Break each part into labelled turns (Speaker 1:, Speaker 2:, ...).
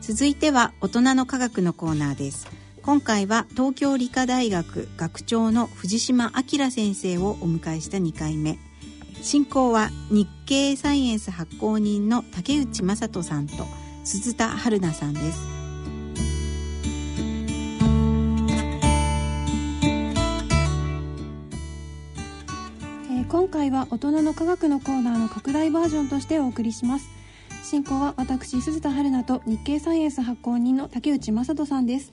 Speaker 1: 続いては大人の科学のコーナーです今回は東京理科大学学長の藤島明先生をお迎えした2回目進行は日経サイエンス発行人の竹内正人さんと鈴田春奈さんです
Speaker 2: えー今回は大人の科学のコーナーの拡大バージョンとしてお送りします進行は私鈴田春菜と日経サイエンス発行人の竹内正人さんです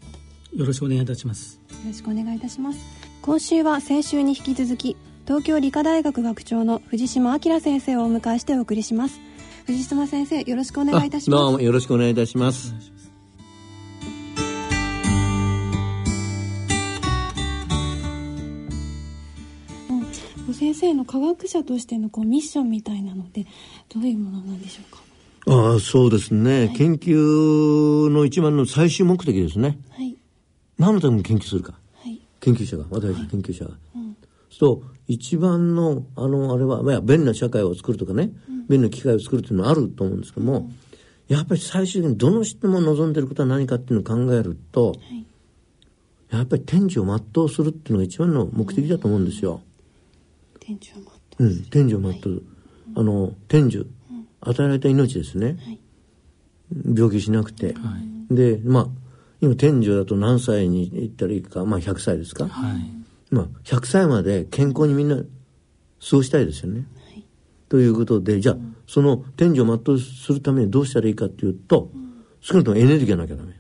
Speaker 2: よ
Speaker 3: よろしくお願いいたします。
Speaker 2: ろしくお願いいたします今週は先週に引き続き東京理科大学学長の藤島明先生をお迎えしてお送りします藤島先生よろしくお願いいたし
Speaker 4: あどう
Speaker 2: ます
Speaker 4: もよろしくお願いいたします。
Speaker 2: もう先生の科学者としてのこうミッションみたいなのでどういうものなんでしょうか
Speaker 4: ああ、そうですね、研究の一番の最終目的ですね。
Speaker 2: はい
Speaker 4: 何のために研究するか。
Speaker 2: はい
Speaker 4: 研究者が、私、研究者が。そう、一番の、あの、あれは、まあ、便利な社会を作るとかね、便利な機会を作るっていうのはあると思うんですけども、やっぱり最終的にどの人も望んでることは何かっていうのを考えると、
Speaker 2: い
Speaker 4: やっぱり天地を全うするっていうのが一番の目的だと思うんですよ。
Speaker 2: 店長もあった
Speaker 4: うん、天寿を全う、あの天寿、与えられた命ですね、
Speaker 2: い
Speaker 4: 病気しなくて、でまあ今天寿だと何歳にいったらいいかまあ100歳ですか、
Speaker 3: はい。
Speaker 4: まあ、100歳まで健康にみんな過ごしたいですよね、
Speaker 2: い
Speaker 4: ということでじゃあ、その天寿を全うするためにどうしたらいいかっていうと、少なくともエネルギーがなきゃダメ、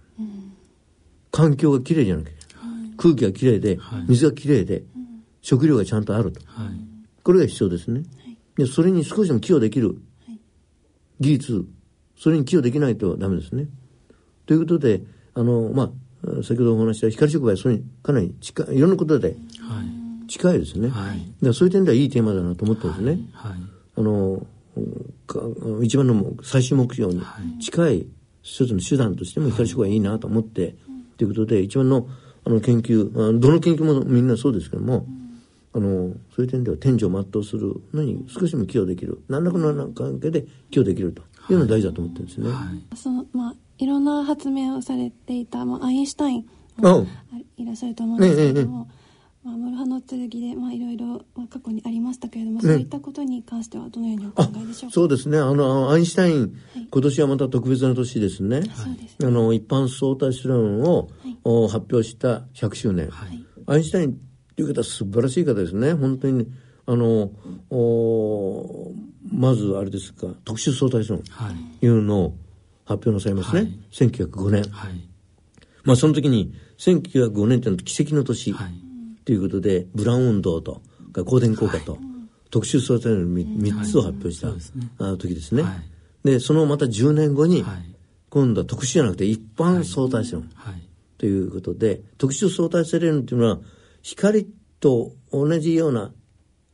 Speaker 4: 環境がきれいじゃなきゃ、空気がきれいで、水がきれいで、食料がちゃんとあると、
Speaker 3: はい。
Speaker 4: これが必要ですね。で、それに少しでも寄与できる技術、それに寄与できないとダメですね。ということで、あの、まあ、先ほどお話しした光触媒はそれにかなり近い、いろんなことで
Speaker 3: はい。
Speaker 4: 近いですね。
Speaker 3: はい
Speaker 4: だからそういう点ではいいテーマだなと思ったんですね。
Speaker 3: はい。
Speaker 4: あの、か一番の最終目標に近い一つの手段としても光触媒いいなと思って、ということで、一番のあの研究、あどの研究もみんなそうですけども、あの、そういう点では天井を全うするのに少しでも寄与できる、何らかの関係で寄与できるというのが大事だと思ってるんですね。
Speaker 3: はい。
Speaker 2: そのまあいろんな発明をされていた、まあ、アインシュタイン
Speaker 4: あ
Speaker 2: もいらっしゃると思うんですけれども、まあ、モルハの剣で、まあ、いろいろ、まあ、過去にありましたけれども、そういったことに関してはどのようにお考えでしょうか
Speaker 4: そうですね。あの、アインシュタイン、今年はまた特別な年ですね。
Speaker 2: そうです
Speaker 4: あの、一般相対理論を、お発表した100周年。アインシュタインという方は素晴らしい方ですね。本当に、あの、おまずあれですか、特殊相対理論
Speaker 3: はい。
Speaker 4: いうのを発表なさいますね。
Speaker 3: はい
Speaker 4: 1905年。
Speaker 3: はい。
Speaker 4: まあその時に、1905年というのは奇跡の年。
Speaker 3: はい。
Speaker 4: ということで、ブラウン運動と、光電効果と、特殊相対論の3つを発表した
Speaker 3: そうですね
Speaker 4: あ時ですね
Speaker 3: は。
Speaker 4: で、そのまた10年後に
Speaker 3: はい、
Speaker 4: 今度は特殊じゃなくて一般相対性論
Speaker 3: はい。
Speaker 4: ということで、特殊相対性理論というのは、光と同じような、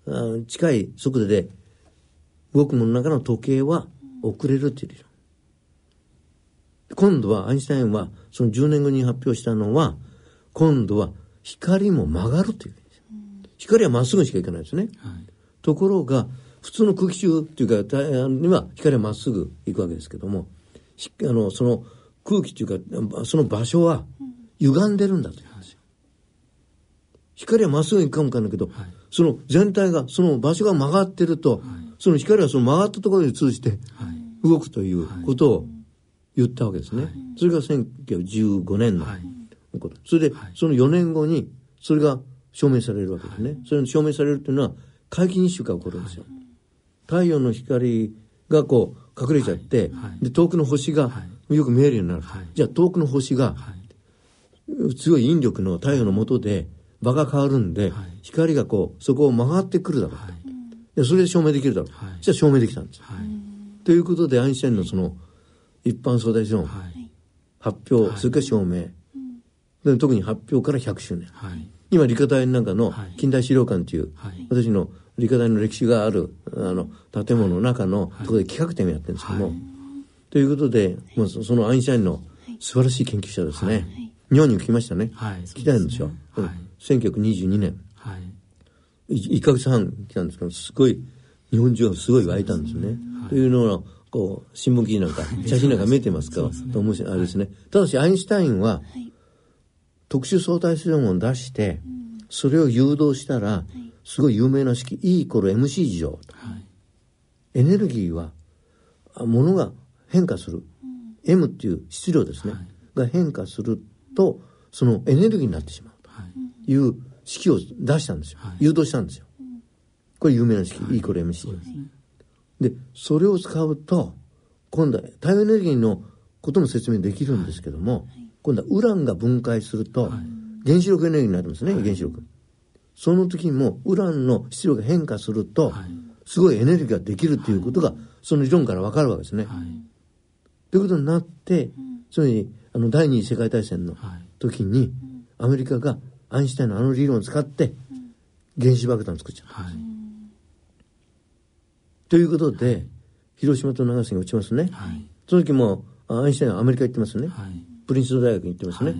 Speaker 4: あ近い速度で動くものの中の時計は遅れるという理論。今度はアインシュタインはその10年後に発表したのは今度は光も曲がるという光はまっすぐしか行かないですね
Speaker 3: はい。
Speaker 4: ところが普通の空気中というかたには光はまっすぐ行くわけですけどもひあのその空気というかその場所は歪んでるんだという話光はまっすぐ行くかもわかんないけど、その全体がその場所が曲がってると、その光はその曲がったところに通じて
Speaker 3: はい。
Speaker 4: 動くということを言ったわけですね。それが1915年の
Speaker 3: はい
Speaker 4: こと。それで、その4年後に、それが証明されるわけですね。それが証明されるというのは、皆既日食が起こるんですよ。太陽の光がこう隠れちゃって、で遠くの星がよく見えるようになる。
Speaker 3: はい
Speaker 4: じゃあ遠くの星
Speaker 3: は
Speaker 4: が
Speaker 3: い。
Speaker 4: 強い引力の太陽の下で場が変わるん
Speaker 3: は
Speaker 4: で、
Speaker 3: い
Speaker 4: 光がこうそこを曲がってくるだろうと、
Speaker 3: はい
Speaker 4: でそれで証明できるだろう、
Speaker 3: はい
Speaker 4: じゃあ証明できたんですよ
Speaker 3: はい。
Speaker 4: ということでアインシュタインのその一般相対性の
Speaker 3: はい。
Speaker 4: 発表、それから証明、で特に発表から100周年
Speaker 3: はい。
Speaker 4: 今理科大の中の
Speaker 3: はい
Speaker 4: 近代資料館という、
Speaker 3: はい
Speaker 4: 私の理科大の歴史があるあの建物の中のところで企画展をやってるんですけども、ということで、まあ、そそのアインシュタインの素晴らしい研究者ですね、日本に来ましたね、
Speaker 3: はい
Speaker 4: 来たんですよ、
Speaker 3: そう
Speaker 4: う
Speaker 3: で
Speaker 4: ん
Speaker 3: すね
Speaker 4: 1922年
Speaker 3: はい。
Speaker 4: い1ヶ月半来たんですけどすごい日本中がすごい湧いたんですね、というのはこう、新聞記事なんか、写真なんか見えてますから、と思うし、あれですね。ただし、アインシュタインは、
Speaker 2: い
Speaker 4: 特殊相対性理論を出して、それを誘導したら、すごい有名な式、E イコール MC 事乗と。
Speaker 3: はい
Speaker 4: エネルギーは、あ物が変化する。M っていう質量ですね。が変化すると、そのエネルギーになってしまう。
Speaker 3: はい
Speaker 4: という式を出したんですよ。
Speaker 3: はい
Speaker 4: 誘導したんですよ。これ有名な式、E イコール MC
Speaker 3: そうですね
Speaker 4: でそれを使うと今度は太陽エネルギーのことも説明できるんですけども、今度はウランが分解すると、原子力エネルギーになりますね、原子力その時もウランの質量が変化すると、
Speaker 3: はい
Speaker 4: すごいエネルギーができるということが、その理論から分かるわけですね、
Speaker 3: はい
Speaker 4: ということになって、つまりあの第二次世界大戦の
Speaker 3: はい
Speaker 4: 時に、アメリカがアインシュタインのあの理論を使って、原子爆弾を作っちゃった
Speaker 3: はい
Speaker 4: ということで、広島と長崎に落ちますね。
Speaker 3: はい
Speaker 4: その時も、あアインシュタインはアメリカ行ってますね。
Speaker 3: はい
Speaker 4: プリンストン大学に行ってますね。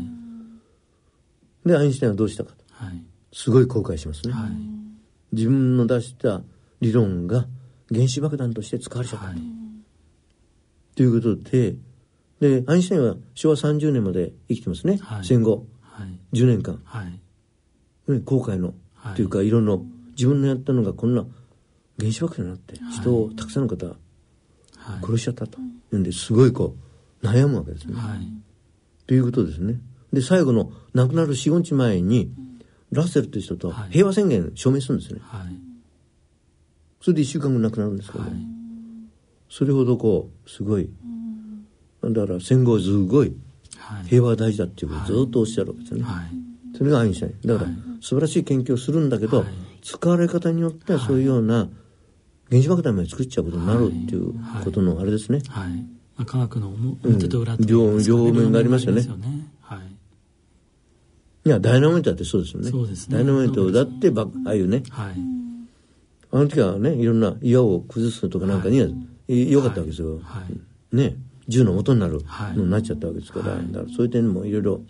Speaker 4: で、アインシュタインはどうしたかと。
Speaker 3: はい
Speaker 4: すごい後悔しますね。
Speaker 3: はい
Speaker 4: 自分の出した理論が原子爆弾として使われちゃった。
Speaker 3: はい
Speaker 4: ということで、で、アインシュタインは昭和30年まで生きてますね。
Speaker 3: はい
Speaker 4: 戦後、
Speaker 3: はい
Speaker 4: 10年間。
Speaker 3: はい
Speaker 4: ね後悔の、
Speaker 3: はい
Speaker 4: というか、いろんな、自分のやったのがこんな原子爆弾になって、人をたくさんの方、
Speaker 3: はい
Speaker 4: 殺しちゃったと。いうんで、すごいこう、悩むわけですね。
Speaker 3: はい
Speaker 4: ということですね。で、最後の亡くなる4、5日前に、ラッセルという人と
Speaker 3: はい
Speaker 4: 平和宣言証明するんですね。
Speaker 3: はい
Speaker 4: それで1週間後に亡くなるんですけど、
Speaker 3: はい
Speaker 4: それほどこう、すごい、だから戦後すごい
Speaker 3: はい
Speaker 4: 平和が大事だっていうことをずっとおっしゃるわけですよね。
Speaker 3: はい
Speaker 4: それがアインシュタイン。だから、素晴らしい研究をするんだけど、
Speaker 3: はい
Speaker 4: 使われ方によってはそういうような原子爆弾まで作っちゃうことになるっていうことのあれですね。
Speaker 3: はいまあ科学の表表と裏と
Speaker 4: 両
Speaker 3: 言いますかね
Speaker 4: 両面がありますよね
Speaker 3: 両面がありますよね
Speaker 4: いや、ダイナマイトだってそうですよね。
Speaker 3: そうですね
Speaker 4: ダイナマイトだってば、ああいうね、
Speaker 3: はいはい
Speaker 4: あの時はね、いろんな岩を崩すとかなんかには、い良かったわけですよ。
Speaker 3: はい
Speaker 4: ね、銃の元になる
Speaker 3: はい
Speaker 4: のになっちゃったわけですから、だからそういう点もいろいろ、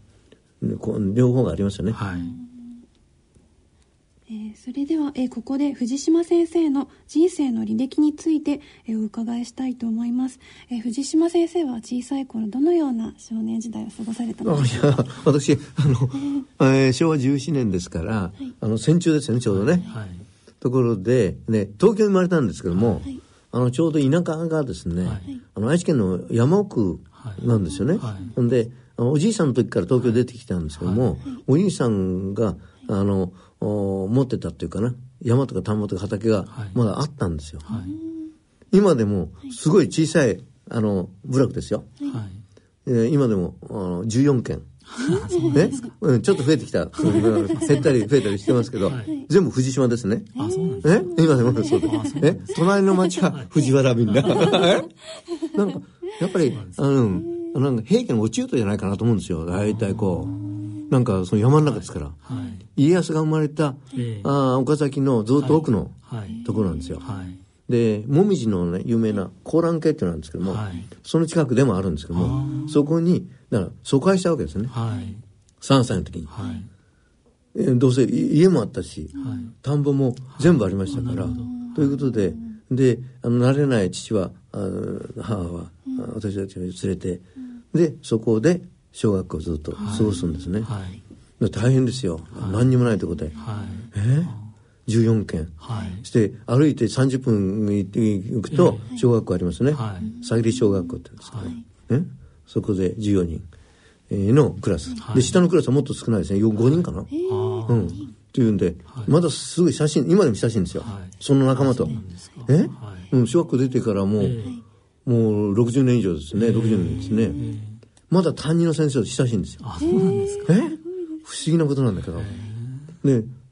Speaker 4: ねこう両方がありますよね。
Speaker 3: はい
Speaker 2: えーそれでは、えーここで藤島先生の人生の履歴について、えーお伺いしたいと思います、えー藤島先生は小さい頃どのような少年時代を過ごされたの
Speaker 4: あ
Speaker 2: で
Speaker 4: い
Speaker 2: しょう
Speaker 4: や私あ の、えー昭和17年ですから、あの戦中ですよねちょうどね、
Speaker 3: はい
Speaker 4: ところで、ね、東京に生まれたんですけども、
Speaker 2: い
Speaker 4: あのちょうど田舎がですね、
Speaker 3: はい
Speaker 4: あの愛知県の山奥なんですよね。
Speaker 3: は
Speaker 4: んであのおじいさんの時から東京出てきたんですけども、おじいさんがあのお持ってたっていうかな山とか田んぼとか畑が
Speaker 3: はい
Speaker 4: まだあったんですよ。
Speaker 3: はい
Speaker 4: 今でもすごい小さいあの部落ですよ。
Speaker 3: はい
Speaker 4: えー今でもあの14件。ね、うん、ちょっと増えてきた。その減ったり増えたりしてますけど、
Speaker 3: はい
Speaker 4: 全部藤島ですね。
Speaker 3: あそうなんです
Speaker 4: え今でもそうだ。え隣の町は藤 原みんな。えなんか、やっぱり、あの、なんか平家の落ち人じゃないかなと思うんですよ。大体こう。なんか、その山の中ですから。
Speaker 3: はい
Speaker 4: 家康が生まれた、
Speaker 3: ええ
Speaker 4: ああ岡崎のずっと奥の
Speaker 3: はい
Speaker 4: ところなんですよ。
Speaker 3: はい
Speaker 4: で、もみじのね、有名な高蘭系っていうのなんですけども、
Speaker 3: はい
Speaker 4: その近くでもあるんですけども、そこに、だから、疎開したわけですね。
Speaker 3: はい
Speaker 4: 3歳の時に。
Speaker 3: はい
Speaker 4: えーどうせい家もあったし、
Speaker 3: はい
Speaker 4: 田んぼも全部ありましたから、ということで、で、あの、慣れない父は、あの母は、あ私たちを連れて、で、そこで小学校をずっと過ごすんですね。
Speaker 3: はい
Speaker 4: で大変ですよ。何にもないとこで。
Speaker 3: はい
Speaker 4: えー、?14 件。
Speaker 3: はい
Speaker 4: そして歩いて30分行くと小学校ありますね。
Speaker 3: は
Speaker 4: さぎり小学校って言うんですけど、
Speaker 3: は
Speaker 4: ねそこで14人えーのクラス。
Speaker 3: はい
Speaker 4: で、下のクラスはもっと少ないですね。よ5人かな。
Speaker 3: あー
Speaker 4: うん。というんで、まだすごい写真、今でも親しいんですよ。
Speaker 3: はい
Speaker 4: その仲間と。
Speaker 3: ですか
Speaker 4: え、
Speaker 3: はい
Speaker 4: うん、小学校出てからもう、もう60年以上ですね。60年ですね。まだ担任の先生と親しいんですよ。
Speaker 3: あそうなんですか
Speaker 4: え不思議なことなんだけど。ね、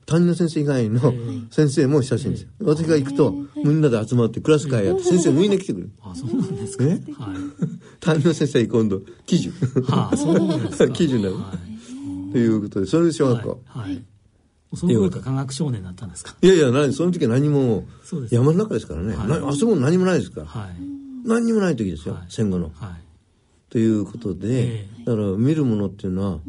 Speaker 4: 担任の先生以外の先生も親しいんですよ。私が行くと、みんなで集まってクラス会やって、先生みんな来てくれる。
Speaker 3: あそうなんですか
Speaker 4: え
Speaker 3: はい
Speaker 4: 担任の先生今度、記事。
Speaker 3: あそうなんです か
Speaker 4: 記事になる。ということで、それで小学校。
Speaker 3: はいはいその頃から科学少年だったんですか
Speaker 4: いやいや、何その時は何も
Speaker 3: そうで、す
Speaker 4: 山の中ですからね。
Speaker 3: はい
Speaker 4: なあそこ何もないですから。
Speaker 3: はい
Speaker 4: 何にもない時ですよ、
Speaker 3: はい
Speaker 4: 戦後の。
Speaker 3: はい
Speaker 4: ということで、
Speaker 3: え
Speaker 4: だから見るものっていうのは、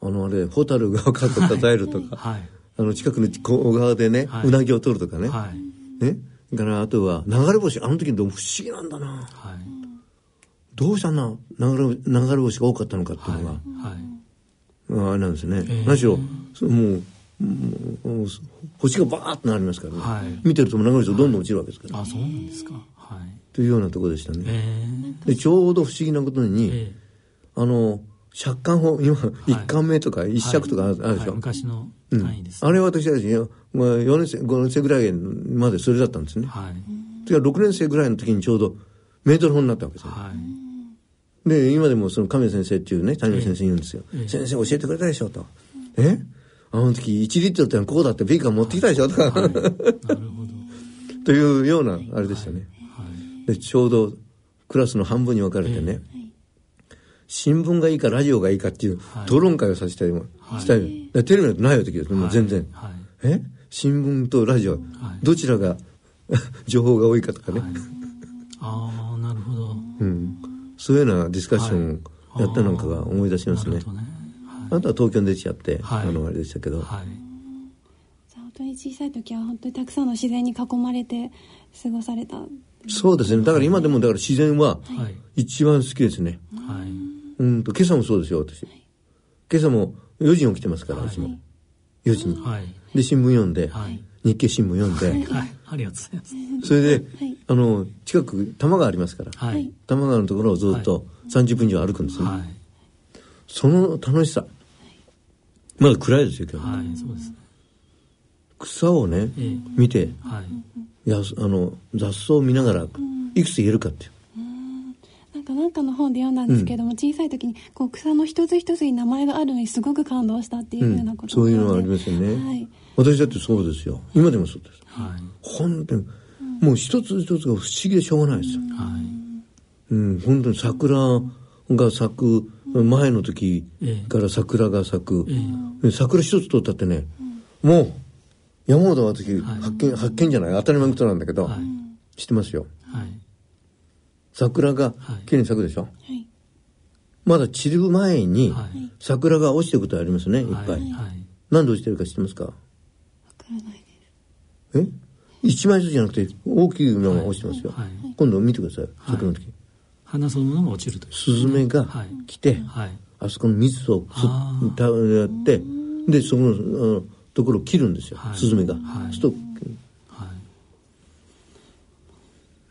Speaker 4: あのあれ、ホタルが赤くたたえるとか、
Speaker 3: はい
Speaker 4: あの近くの小川でね、
Speaker 3: はいう
Speaker 4: なぎを取るとかね、
Speaker 3: はい
Speaker 4: ね、からあとは流れ星あの時どうも不思議なんだな
Speaker 3: はい。
Speaker 4: どうしたんな流れ流れ星が多かったのかっていうのが、
Speaker 3: はい。
Speaker 4: あれなんですね、
Speaker 3: ええ
Speaker 4: 何しろそもうもう星がバーッとなりますからね、
Speaker 3: はい
Speaker 4: 見てると流れ星がどんどん落ちるわけですから、
Speaker 3: あ、そうなんですか。はい。
Speaker 4: というようなところでしたね、
Speaker 3: え
Speaker 4: でちょうど不思議なこと
Speaker 3: え
Speaker 4: に、
Speaker 3: え
Speaker 4: あの借款法今、一貫目とか一尺とかある
Speaker 3: え
Speaker 4: あるでしょ、
Speaker 3: はい昔の
Speaker 4: うん
Speaker 3: 単位です。
Speaker 4: あれは私たちよまあ4年生5年生ぐらいまでそれだったんですね、
Speaker 3: はい。
Speaker 4: それから6年生ぐらいの時にちょうどメートル法になったわけですよ、
Speaker 3: はい。
Speaker 4: で今でもその亀先生っていうね谷口先生言うんですよ、
Speaker 3: ええ
Speaker 4: 先生教えてくれたでしょと、えあの時1リットルってのはこうだってビーカー持ってきたでしょとか、
Speaker 3: なるほど。
Speaker 4: というようなあれでしたね、
Speaker 3: はい。
Speaker 4: でちょうどクラスの半分に分かれてね、新聞がいいかラジオがいいかっていう
Speaker 3: はい
Speaker 4: 討論会をさせたりもしたり、でテレビなんてない時ですねもう全然、
Speaker 3: はい。
Speaker 4: え新聞とラジオ、どちらが 情報が多いかとかね、
Speaker 3: はい。ああ、なるほど。
Speaker 4: うん、そういうようなディスカッションをやったなんかが思い出します
Speaker 3: な
Speaker 4: ね
Speaker 3: るほどね。
Speaker 4: あとは東京に出ちゃって、
Speaker 3: はい
Speaker 4: あのあれでしたけど、
Speaker 3: はい。
Speaker 2: じゃあ本当に小さい時は本当にたくさんの自然に囲まれて過ごされた
Speaker 4: そうですねだから今でもだから自然は
Speaker 3: はい。
Speaker 4: 一番好きですね、
Speaker 3: はい。
Speaker 4: うんと今朝もそうですよ私今朝も4時に起きてますから、私も4時に、
Speaker 3: はい。
Speaker 4: で新聞読んで、
Speaker 3: はい。
Speaker 4: 日経新聞読んで、
Speaker 3: はい。ありがとうございます。
Speaker 4: それで、
Speaker 2: はい
Speaker 4: あの近く多摩川ありますから、
Speaker 3: はい。
Speaker 4: 多摩川のところをずっと30分以上歩くんですね、
Speaker 3: はい。
Speaker 4: その楽しさまだ暗いですよ今日、
Speaker 3: はい。そうですね。
Speaker 4: 草をね、
Speaker 3: ええ
Speaker 4: 見て
Speaker 3: はい。
Speaker 4: いやあの雑草を見ながらいくつ言えるかっていう
Speaker 2: なんかなんかの本で読んだんですけれども、小さい時にこう草の一つ一つに名前があるのにすごく感動したっていうようなこと
Speaker 4: そう
Speaker 2: を
Speaker 4: いう
Speaker 2: 読
Speaker 4: のはあり
Speaker 2: んで
Speaker 4: ますよね、
Speaker 2: はい
Speaker 4: 私だってそうですよ今でもそうです
Speaker 3: はい。
Speaker 4: 本当にもう一つ一つが不思議でしょうがないですよ、
Speaker 3: はい。
Speaker 4: うん、本当に桜が咲く前の時から桜が咲く、桜一つ取ったってね、もう山本は私
Speaker 3: はい
Speaker 4: 発見、発見じゃない当たり前のことなんだけど、
Speaker 3: はい
Speaker 4: 知ってますよ
Speaker 3: はい。
Speaker 4: 桜が
Speaker 3: はい
Speaker 4: 綺麗に咲くでしょ、
Speaker 2: はい
Speaker 4: まだ散る前に
Speaker 3: はい
Speaker 4: 桜が落ちてることはありますね、いっぱい、
Speaker 3: はい。はい。
Speaker 4: なんで落ちてるか知ってますか
Speaker 2: わからないです
Speaker 4: え一枚ずつじゃなくて大きいのが落ちてますよ、
Speaker 3: はいはい
Speaker 4: 今度見てください桜の時、
Speaker 3: 花そのものが落ちるという。
Speaker 4: スズメが
Speaker 3: はい
Speaker 4: 来て、
Speaker 3: はい。
Speaker 4: あそこの蜜を
Speaker 3: あー
Speaker 4: 吸ったやってでそこのあのところを切るんですよ、
Speaker 3: はい
Speaker 4: スズメが、
Speaker 3: はい
Speaker 4: そうす
Speaker 3: はい。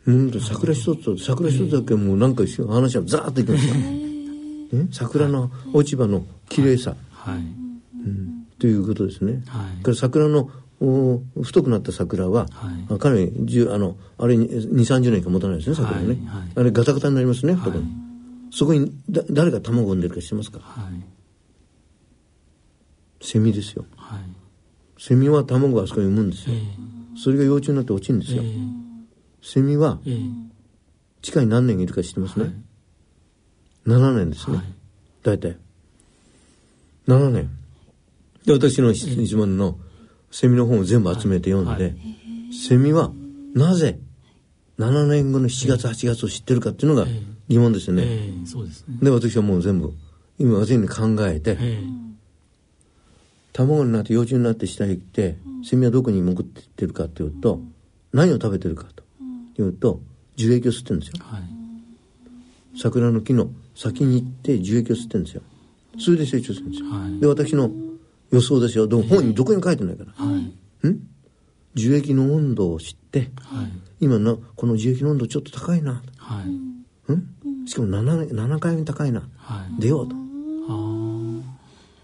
Speaker 4: るとうんと桜一つ桜一つだけもうなんか話はザーッといきましたね桜の落ち葉の綺麗さ、
Speaker 3: はい。
Speaker 4: うんということですね、
Speaker 3: はい
Speaker 4: から桜のお太くなった桜は、
Speaker 3: はい
Speaker 4: あかなり10あのあれに2 3 0年間持たないですね桜ね、
Speaker 3: はいはい
Speaker 4: あれガタガタになりますね太くなる
Speaker 3: はい
Speaker 4: そこにだ誰が卵を産んでるか知ってますか
Speaker 3: はい。
Speaker 4: セミですよ
Speaker 3: はい。
Speaker 4: セミは卵をあそこに産むんです
Speaker 3: え
Speaker 4: よ、
Speaker 3: え。
Speaker 4: それが幼虫になって落ちるんです
Speaker 3: え
Speaker 4: よ、セミは
Speaker 3: え。え
Speaker 4: 地下に何年いるか知ってます
Speaker 3: え。
Speaker 4: ね、
Speaker 3: はい。
Speaker 4: 7年ですね、
Speaker 3: はい。
Speaker 4: 大体7年で私の質質問のセミの本を全部集めて読んで、
Speaker 3: はい
Speaker 4: セミはなぜ7年後の7月8月を知ってるかっていうのが
Speaker 3: ええ
Speaker 4: 疑問ですよね、
Speaker 3: ええ、そうですね。
Speaker 4: で私はもう全部今私に考えて、
Speaker 3: え
Speaker 4: 卵になって幼虫になって下へ行って、セミはどこに潜ってってるかっていうと、何を食べてるかというと樹液を吸ってるんですよ
Speaker 3: え。はい。
Speaker 4: 桜の木の先に行って樹液を吸ってるんですよそれで成長するんですよ、
Speaker 3: はい
Speaker 4: で私の予想ですよでも本にどこにも書いてないから、
Speaker 3: はい。
Speaker 4: ん樹液の温度を知って
Speaker 3: はい。
Speaker 4: 今のこの樹液の温度ちょっと高いな
Speaker 3: はい。
Speaker 4: んしかも 7, 7回目高いな
Speaker 3: はい。
Speaker 4: 出ようと
Speaker 3: あー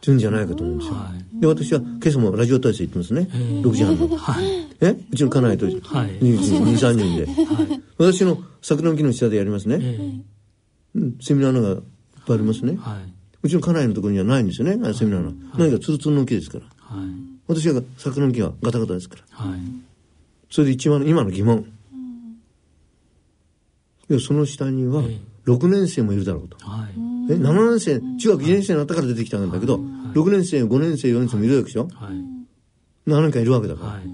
Speaker 4: 言うんじゃないかと思うんですよ、
Speaker 3: はい
Speaker 4: で私は今朝もラジオ体操行ってますね、
Speaker 3: え
Speaker 4: 6時 半の
Speaker 3: はい。
Speaker 4: えうちの家内と
Speaker 3: はい
Speaker 4: 23人で、私の桜の木の下でやります
Speaker 3: え
Speaker 4: ね、
Speaker 3: え。
Speaker 4: うん、セミの穴がいっぱいありますね、
Speaker 3: はい。
Speaker 4: うちの家内のところにはないんですよね、あのセミナーの。何かツルツルの木ですから。
Speaker 3: はい。
Speaker 4: 私は桜の木はガタガタですから。
Speaker 3: はい。
Speaker 4: それで一番の今の疑問。いや、その下には
Speaker 3: ええ
Speaker 4: 6年生もいるだろうと。
Speaker 3: はい。
Speaker 4: え、7年生、中学1年生になったから出てきたんだけど、6年生、5年生、4年生もいるわけでしょ
Speaker 3: はい。
Speaker 4: 何人かいるわけだから。
Speaker 3: はい。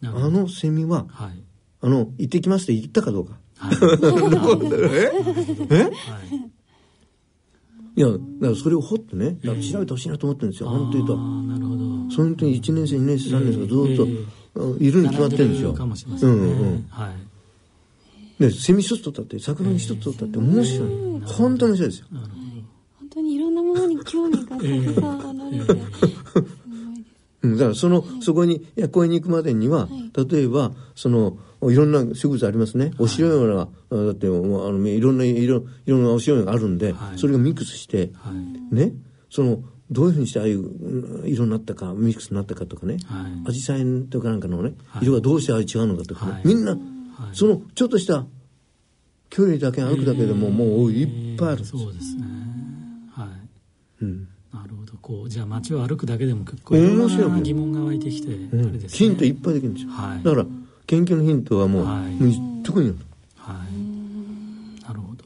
Speaker 3: なるほど。
Speaker 4: あのセミは、
Speaker 3: はい。
Speaker 4: あの、行ってきますって言ったかどうか。
Speaker 3: はい。
Speaker 4: え
Speaker 3: はい。
Speaker 4: いや、だからそれを掘ってね、だから調べてほしいなと思ってるんですよ。本当に言うと。
Speaker 3: ああ、なるほど。
Speaker 4: その時に1年生、2年生、3年生がずっと
Speaker 3: ええ
Speaker 4: いるに決まってるんですよ。
Speaker 3: かもしれませんね。
Speaker 4: うんうん
Speaker 3: はい。
Speaker 4: ね、セミ一つ取ったって、桜の一つ取ったって面白い。本当に面白いですよ。
Speaker 3: なるほ
Speaker 2: 本当にいろんなものに興味がたくさんあられ て、すごいです。
Speaker 4: うん、だからその、そこに、いや、公園に行くまでには、例えば、その、いろんな植物ありますね。お白いものが、あだって、もうあの、いろんな色、いろんなお白いのがあるんで、
Speaker 3: はい
Speaker 4: それがミックスして、
Speaker 3: ど。はい。
Speaker 4: ね、その、どういうふうにしてああいううん色になったか、ミックスになったかとかね、
Speaker 3: はい
Speaker 4: アジサイとかなんかのね、
Speaker 3: はい
Speaker 4: 色がどうしてああ違うのかとかね、
Speaker 3: はい
Speaker 4: みんな、
Speaker 3: はい
Speaker 4: その、ちょっとした距離だけ歩くだけでも、もういっぱいあるんですよ
Speaker 3: そうですね。はい。
Speaker 4: うん
Speaker 3: なるほど。こう、じゃあ街を歩くだけでも結構いろ
Speaker 4: 面白
Speaker 3: ん
Speaker 4: いも
Speaker 3: なん疑問が湧いてきて、あれですね。
Speaker 4: ヒントいっぱいできるんですよ。
Speaker 3: はい
Speaker 4: だから、研究のヒントはもう、
Speaker 3: はい
Speaker 4: もう特に、
Speaker 3: はい。なるほど。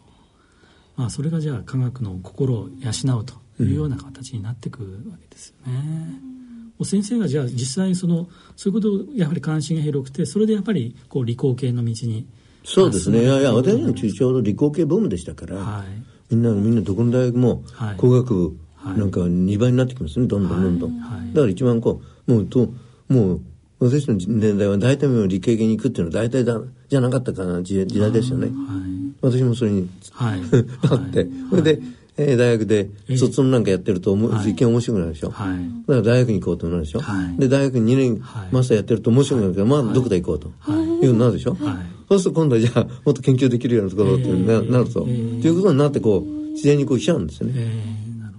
Speaker 3: まあ、それがじゃあ科学の心を養うというような形になってくるわけですよね。もう先生がじゃあ実際そのそういうことをやはり関心が広くてそれでやっぱりこう理工系の道に
Speaker 4: そうですね。い
Speaker 3: まあ
Speaker 4: やいや、私の中ちょうど理工系ブームでしたから、
Speaker 3: はい
Speaker 4: みんな、みんなどこの大学も
Speaker 3: はい
Speaker 4: 工学部
Speaker 3: はい
Speaker 4: なんか2倍になってきますね、どんどんどんどん。
Speaker 3: はい
Speaker 4: だから一番こう、もうと、もう、私の年代は大体もう理系系に行くっていうのは大体だ、じゃなかったかな時時代ですよね。私もそれに
Speaker 3: はい
Speaker 4: なって、それで、えー大学で
Speaker 3: ええ
Speaker 4: 卒論なんかやってると思う、
Speaker 3: はい
Speaker 4: 実験面白くなるでしょ。
Speaker 3: はい、はい
Speaker 4: だから大学に行こうとなるでしょ、
Speaker 3: はい
Speaker 4: で大学に2年
Speaker 3: はい
Speaker 4: マスターやってると面白くなるけど、まあどこで行こうと、、
Speaker 3: はい
Speaker 4: うようになるでしょ、
Speaker 3: はい
Speaker 4: そうすると今度はじゃあもっと研究できるようなところっていうのにななると、
Speaker 3: えー
Speaker 4: ということになってこう自然にこう来ちゃうんですよ
Speaker 3: え
Speaker 4: ね、
Speaker 3: ー、なるほ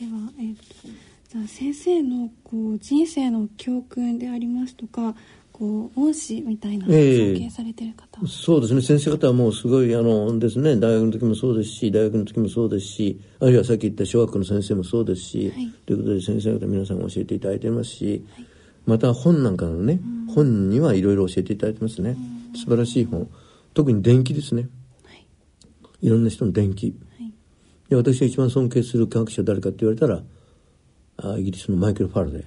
Speaker 2: では、えっとじゃあ先生のこう人生の教訓でありますとかこう恩師みたいな
Speaker 4: ええ
Speaker 2: 尊敬されてる方、
Speaker 4: そうですね先生方はもうすごいあのですね大学の時もそうですし大学の時もそうですしあるいはさっき言った小学校の先生もそうですし、
Speaker 2: はい
Speaker 4: ということで先生方皆さん教えていただいてますし、また本なんかのね本にはいろいろ教えていただいてますね素晴らしい本特に電気ですね
Speaker 2: はい
Speaker 4: いろんな人の電気
Speaker 2: はい
Speaker 4: で私が一番尊敬する科学者は誰かって言われたらあイギリスのマイケル・ファルデー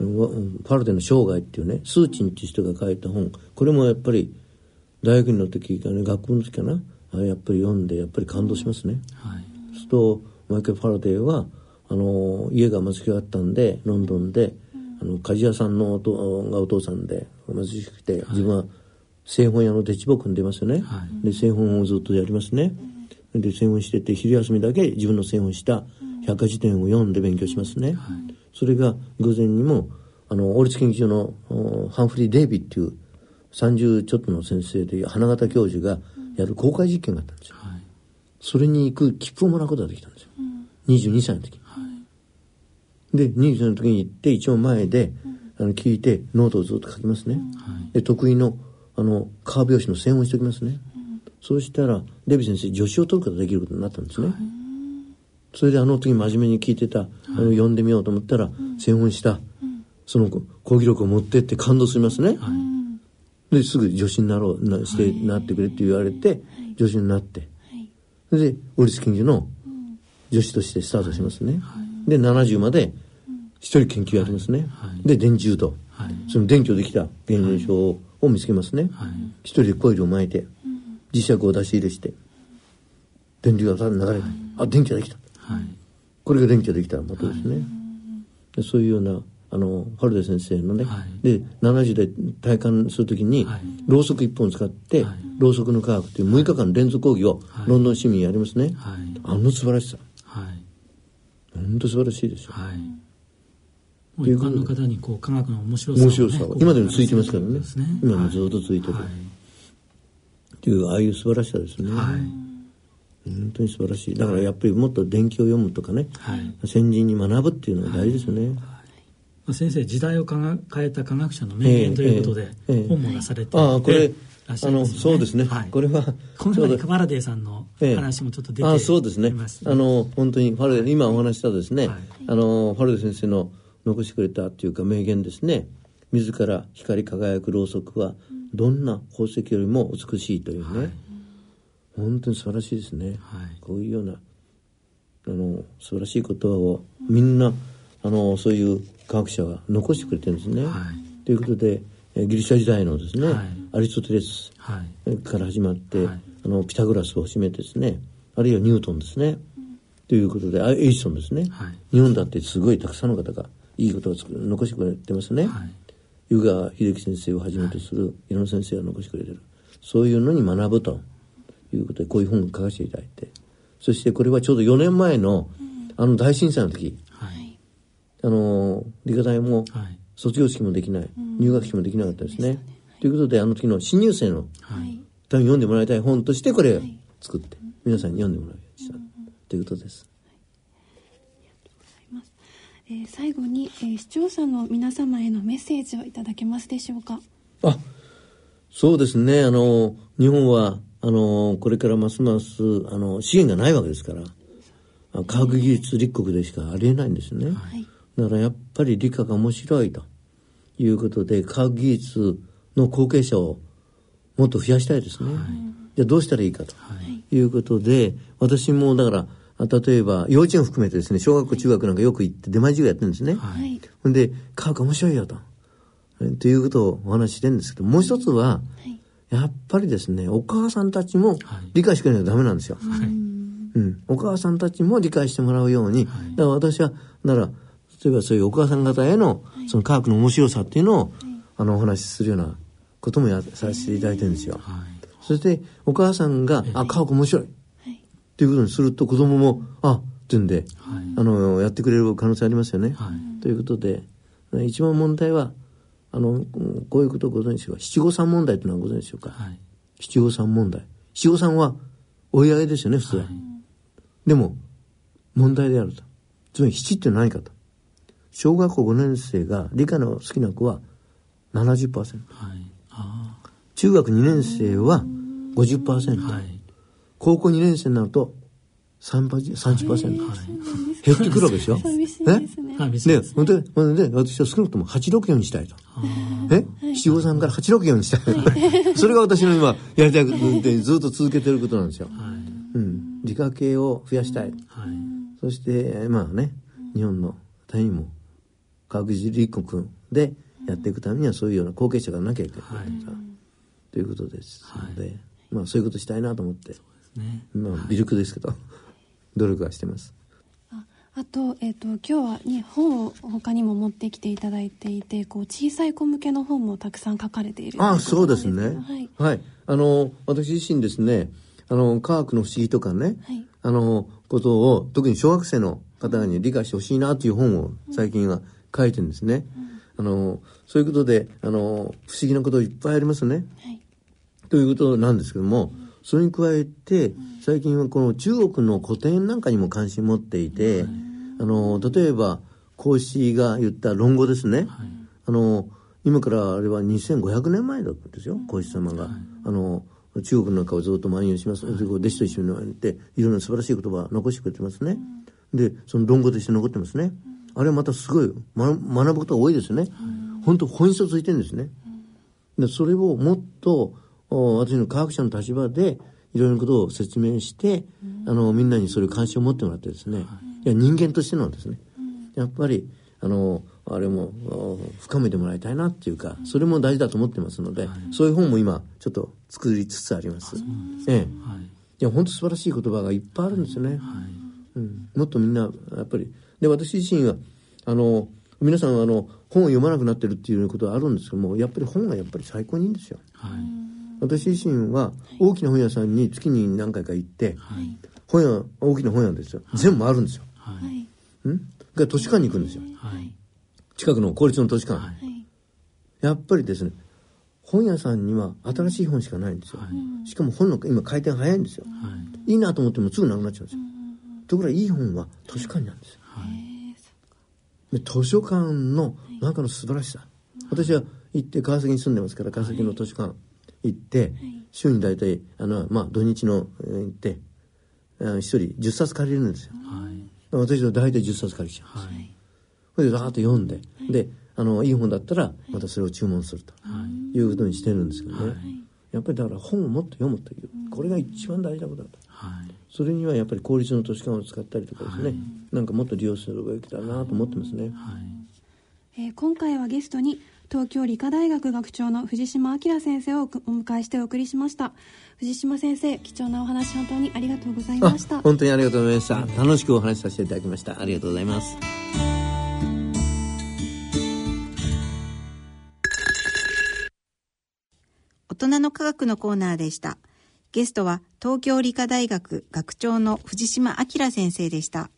Speaker 3: どはい
Speaker 4: わファルデーの生涯っていうねスーチンっていう人が書いた本これもやっぱり大学院の時かね学部の時かなあやっぱり読んでやっぱり感動しますね、
Speaker 3: はい
Speaker 4: そうするとマイケル・ファラデーはあの家が貧しかったんでロンドンで、あの鍛冶屋さんのお父がお父さんで貧しくて、自分は製本屋のデチボ組んでますよね、
Speaker 3: は
Speaker 4: で製本をずっとやりますね、で製本してて昼休みだけ自分の製本した百科事典を読んで勉強しますね、
Speaker 3: はい
Speaker 4: それが偶然にもあの王立研究所のおハンフリー・デイビーっていう30ちょっとの先生で花形教授がやる公開実験があったんですよ
Speaker 3: はい
Speaker 4: それに行く切符をもらうことができたんですよ。22歳の時に。で、22歳の時に行って、一応前で、あの、聞いて、ノートをずっと書きますね。
Speaker 3: はい
Speaker 4: で、得意の、あの、カーブ用紙の線をしておきますね。そうしたら、デビ先生、助手を取ることができることになったんですね。それであの時真面目に聞いてた、あの読んでみようと思ったら、専門した、その講義力を持ってって感動しますね。ですぐ助手になろう、なして、なってくれって言われて、助手になって。
Speaker 2: はい
Speaker 4: それで、王立研究の助手としてスタートしますね。で、70まで一人研究やりますね。
Speaker 3: はい
Speaker 4: で、電柱と、
Speaker 3: はい
Speaker 4: その電気をできた現象を,、見つけますね。
Speaker 3: はい
Speaker 4: 一人でコイルを巻いて、磁石を出し入れして、電流が流れて、あ、電気ができた。
Speaker 3: はい
Speaker 4: これが電気ができた元ですね。でそういうような、あの、ファルデ先生のね、
Speaker 3: はい
Speaker 4: で、70で体感するときに、
Speaker 3: はい
Speaker 4: ろうそく一本使って、
Speaker 3: はい
Speaker 4: ろうそくの科学という6日間連続講義を
Speaker 3: はい
Speaker 4: ロンドン市民にやりますね。
Speaker 3: はい
Speaker 4: あの素晴らしさ。
Speaker 3: はい
Speaker 4: 本当素晴らしいですよ。
Speaker 3: はい。もう一般の方にこう科学の面白さを、
Speaker 4: 面白さを。今でもついてますから
Speaker 3: こ
Speaker 4: ね
Speaker 3: うですね。
Speaker 4: 今もずっとついてる。
Speaker 3: はい。
Speaker 4: っていう、ああいう素晴らしさですね。
Speaker 3: はい。
Speaker 4: 本当に素晴らしい。だからやっぱりもっと電気を読むとかね、
Speaker 3: はいま
Speaker 4: 先人に学ぶっていうのが大事ですよね。
Speaker 3: あ先生、時代をかが変えた科学者の名言ということで、
Speaker 4: ええええ
Speaker 3: 本も出されて、
Speaker 4: ああ、こ
Speaker 3: え
Speaker 4: れ
Speaker 3: え、らっしゃ
Speaker 4: あ
Speaker 3: いま
Speaker 4: の、
Speaker 3: すよね
Speaker 4: そうですね
Speaker 3: はい。。
Speaker 4: これは、
Speaker 3: この
Speaker 4: ちょ
Speaker 3: 中
Speaker 4: う
Speaker 3: で
Speaker 4: ど
Speaker 3: カバラデーさんの
Speaker 4: ええ
Speaker 3: 話もちょっと出てい
Speaker 4: あ
Speaker 3: ます、
Speaker 4: そうですねあの本当にファルデ今お話ししたですね、
Speaker 3: はい
Speaker 4: あのファルデ先生の残してくれたっていうか名言ですね自ら光り輝くろうそくはどんな宝石よりも美しいというね、
Speaker 3: はい
Speaker 4: 本当に素晴らしいですね、
Speaker 3: はい
Speaker 4: こういうようなあの素晴らしい言葉をみんなあのそういう科学者が残してくれてるんですね、
Speaker 3: はい
Speaker 4: ということでえギリシャ時代のですね、
Speaker 3: はい
Speaker 4: アリストテレス
Speaker 3: はい。
Speaker 4: から始まって、
Speaker 3: はい
Speaker 4: あのピタグラスをはじめですねあるいはニュートンですね、ということであエイジソンですね、
Speaker 3: はい
Speaker 4: 日本だってすごいたくさんの方がいいことをつく残してくれてますね、
Speaker 3: はい。
Speaker 4: 湯川秀樹先生をはじめとするいろんな先生が残してくれてる、そういうのに学ぶということでこういう本を書かせていただいてそしてこれはちょうど4年前のあの大震災の時
Speaker 3: はい
Speaker 4: あの理科大も
Speaker 3: はい
Speaker 4: 卒業式もできない入学式もできなかったですね。ということであの時の新入生の
Speaker 3: はい
Speaker 4: 多分読んでもらいたい本としてこれを作って皆さんに読んでもらうようにしたということです。
Speaker 2: えー最後に、えー視聴者の皆様へのメッセージをいただけますでしょうか。
Speaker 4: あ、そうですね。あの、日本は、あの、これからますます、あの、資源がないわけですから、あ科学技術立国でしかありえないんですよね。
Speaker 2: い
Speaker 4: だからやっぱり理科が面白いということで、科学技術の後継者をもっと増やしたいですね。じゃあどうしたらいいかということで、私もだから、あ例えば幼稚園を含めてですね、小学校、中学なんかよく行って出前授業やってるんですね。
Speaker 3: は
Speaker 2: はいい。
Speaker 4: ほんで、科学面白いよと。えということをお話ししてるんですけど、もう一つは、
Speaker 2: はい。
Speaker 4: やっぱりですね、お母さんたちも
Speaker 3: はい
Speaker 4: 理解してくれないとダメなんですよ。
Speaker 3: はい
Speaker 4: うん。お母さんたちも理解してもらうように、だから私は、なら、例えばそういうお母さん方への、その科学の面白さっていうのを、あの、お話しするようなこともやさせていただいてるんですよ。
Speaker 3: はい
Speaker 4: そして、お母さんが、あ、科学面白い。
Speaker 2: はい。
Speaker 4: っていうことにすると子供も、あ、ってんで、
Speaker 3: はい
Speaker 4: あの、やってくれる可能性ありますよね。
Speaker 3: はい
Speaker 4: ということで、一番問題は、あの、うんこういうことをご存知でしょうか。七五三問題というのはご存知でしょうか。
Speaker 3: はい
Speaker 4: 七五三問題。七五三は追い上げですよね、普通は。でも、問題であると。つまり七って何かと。小学校5年生が理科の好きな子は70%。
Speaker 3: はいあ
Speaker 4: 中学2年生は50%。
Speaker 3: あはい
Speaker 4: 高校2年生になると3%パー30%、減ってくるわけですよ。
Speaker 2: 寂しいですね。
Speaker 3: はい
Speaker 4: ね、本当に、ほんで、私は少なくとも864にしたいと。え七五三から864にしたい。それが私の今、やりたいことで、ずっと続けてることなんですよ。
Speaker 3: はい
Speaker 4: うん。理科系を増やしたい。
Speaker 3: はい
Speaker 4: そして、まあね、日本のためにも、科学技術立国でやっていくためには、そういうような後継者がなきゃいけない
Speaker 3: はい
Speaker 4: ということですので、まあそういうことしたいなと思って、
Speaker 3: ね
Speaker 4: まあ、微力ですけど、努力はしてます。
Speaker 2: ああと、えっ、と、今日は、ね、本を他にも持ってきていただいていて、こう、小さい子向けの本もたくさん書かれている。
Speaker 4: ああ、そうですね。
Speaker 2: はい。
Speaker 4: はい。あの、私自身ですね、あの、科学の不思議とかね、
Speaker 2: はい
Speaker 4: あの、ことを、特に小学生の方々に理解してほしいなという本を最近は書いてるんですね。あの、そういうことで、あの、不思議なこといっぱいありますね。
Speaker 2: はい。
Speaker 4: ということなんですけども、それに加えて、最近はこの中国の古典なんかにも関心を持っていて、あの、例えば、孔子が言った論語ですね。あの、今からあれは2500年前だったんですよ、孔子様が。あの、中国なんかをずっと蔓延します。それを弟子と一緒に回って、いろんな素晴らしい言葉を残してくれてますね。で、その論語として残ってますね。あれまたすごい、ま、学ぶことが多いですよね。本当本質をついてるんですね。でそれをもっとお私の科学者の立場でいろいろなことを説明して、あのみんなにそれ関心を持ってもらってですね、い、や人間としてのですね、やっぱりあのあれもお深めてもらいたいなっていうか、それも大事だと思ってますので、そういう本も今ちょっと作りつつあります。ええ、
Speaker 3: はい
Speaker 4: いや本当素晴らしい言葉がいっぱいあるんですよね。
Speaker 3: はい
Speaker 4: うん、もっとみんなやっぱりで私自身はあの皆さんはあの本を読まなくなってるっていうことはあるんですけどもやっぱり本がやっぱり最高にいいんですよ
Speaker 3: はい
Speaker 4: 私自身は大きな本屋さんに月に何回か行って、本屋大きな本屋ですよ全部あるんですよ、
Speaker 3: はい
Speaker 2: はい。
Speaker 4: うんが図書館に行くんですよ
Speaker 3: はい
Speaker 4: 近くの公立の図書館、
Speaker 3: はい
Speaker 2: はい。
Speaker 4: やっぱりですね本屋さんには新しい本しかないんですよ、しかも本の今回転早いんですよ、
Speaker 3: はい
Speaker 4: い、いなと思ってもすぐなくなっちゃうんですよ、ところがいい本は図書館なんですよで図書館の中の素晴らしさ、私は行って川崎に住んでますから川崎の図書館行って、週に大体あの、まあ、土日のえー行ってあの一人10冊借りれるんですよ、
Speaker 3: はい
Speaker 4: 私は大体10冊借りちゃうんです、
Speaker 3: はい
Speaker 4: それでざーっと読んで、であのいい本だったらまたそれを注文するということにしてるんですけどね、やっぱりだから本をもっと読むというこれが一番大事なことだと
Speaker 3: はい
Speaker 4: それにはやっぱり公立の図書館を使ったりとかですね、なんかもっと利用するべきだなと思ってますね、
Speaker 3: はい
Speaker 2: えー今回はゲストに東京理科大学学長の藤島明先生をお迎えしてお送りしました藤島先生貴重なお話本当にありがとうございました
Speaker 4: あ本当にありがとうございました楽しくお話しさせていただきましたありがとうございます
Speaker 1: 大人の科学のコーナーでした。ゲストは東京理科大学学長の藤島明先生でした。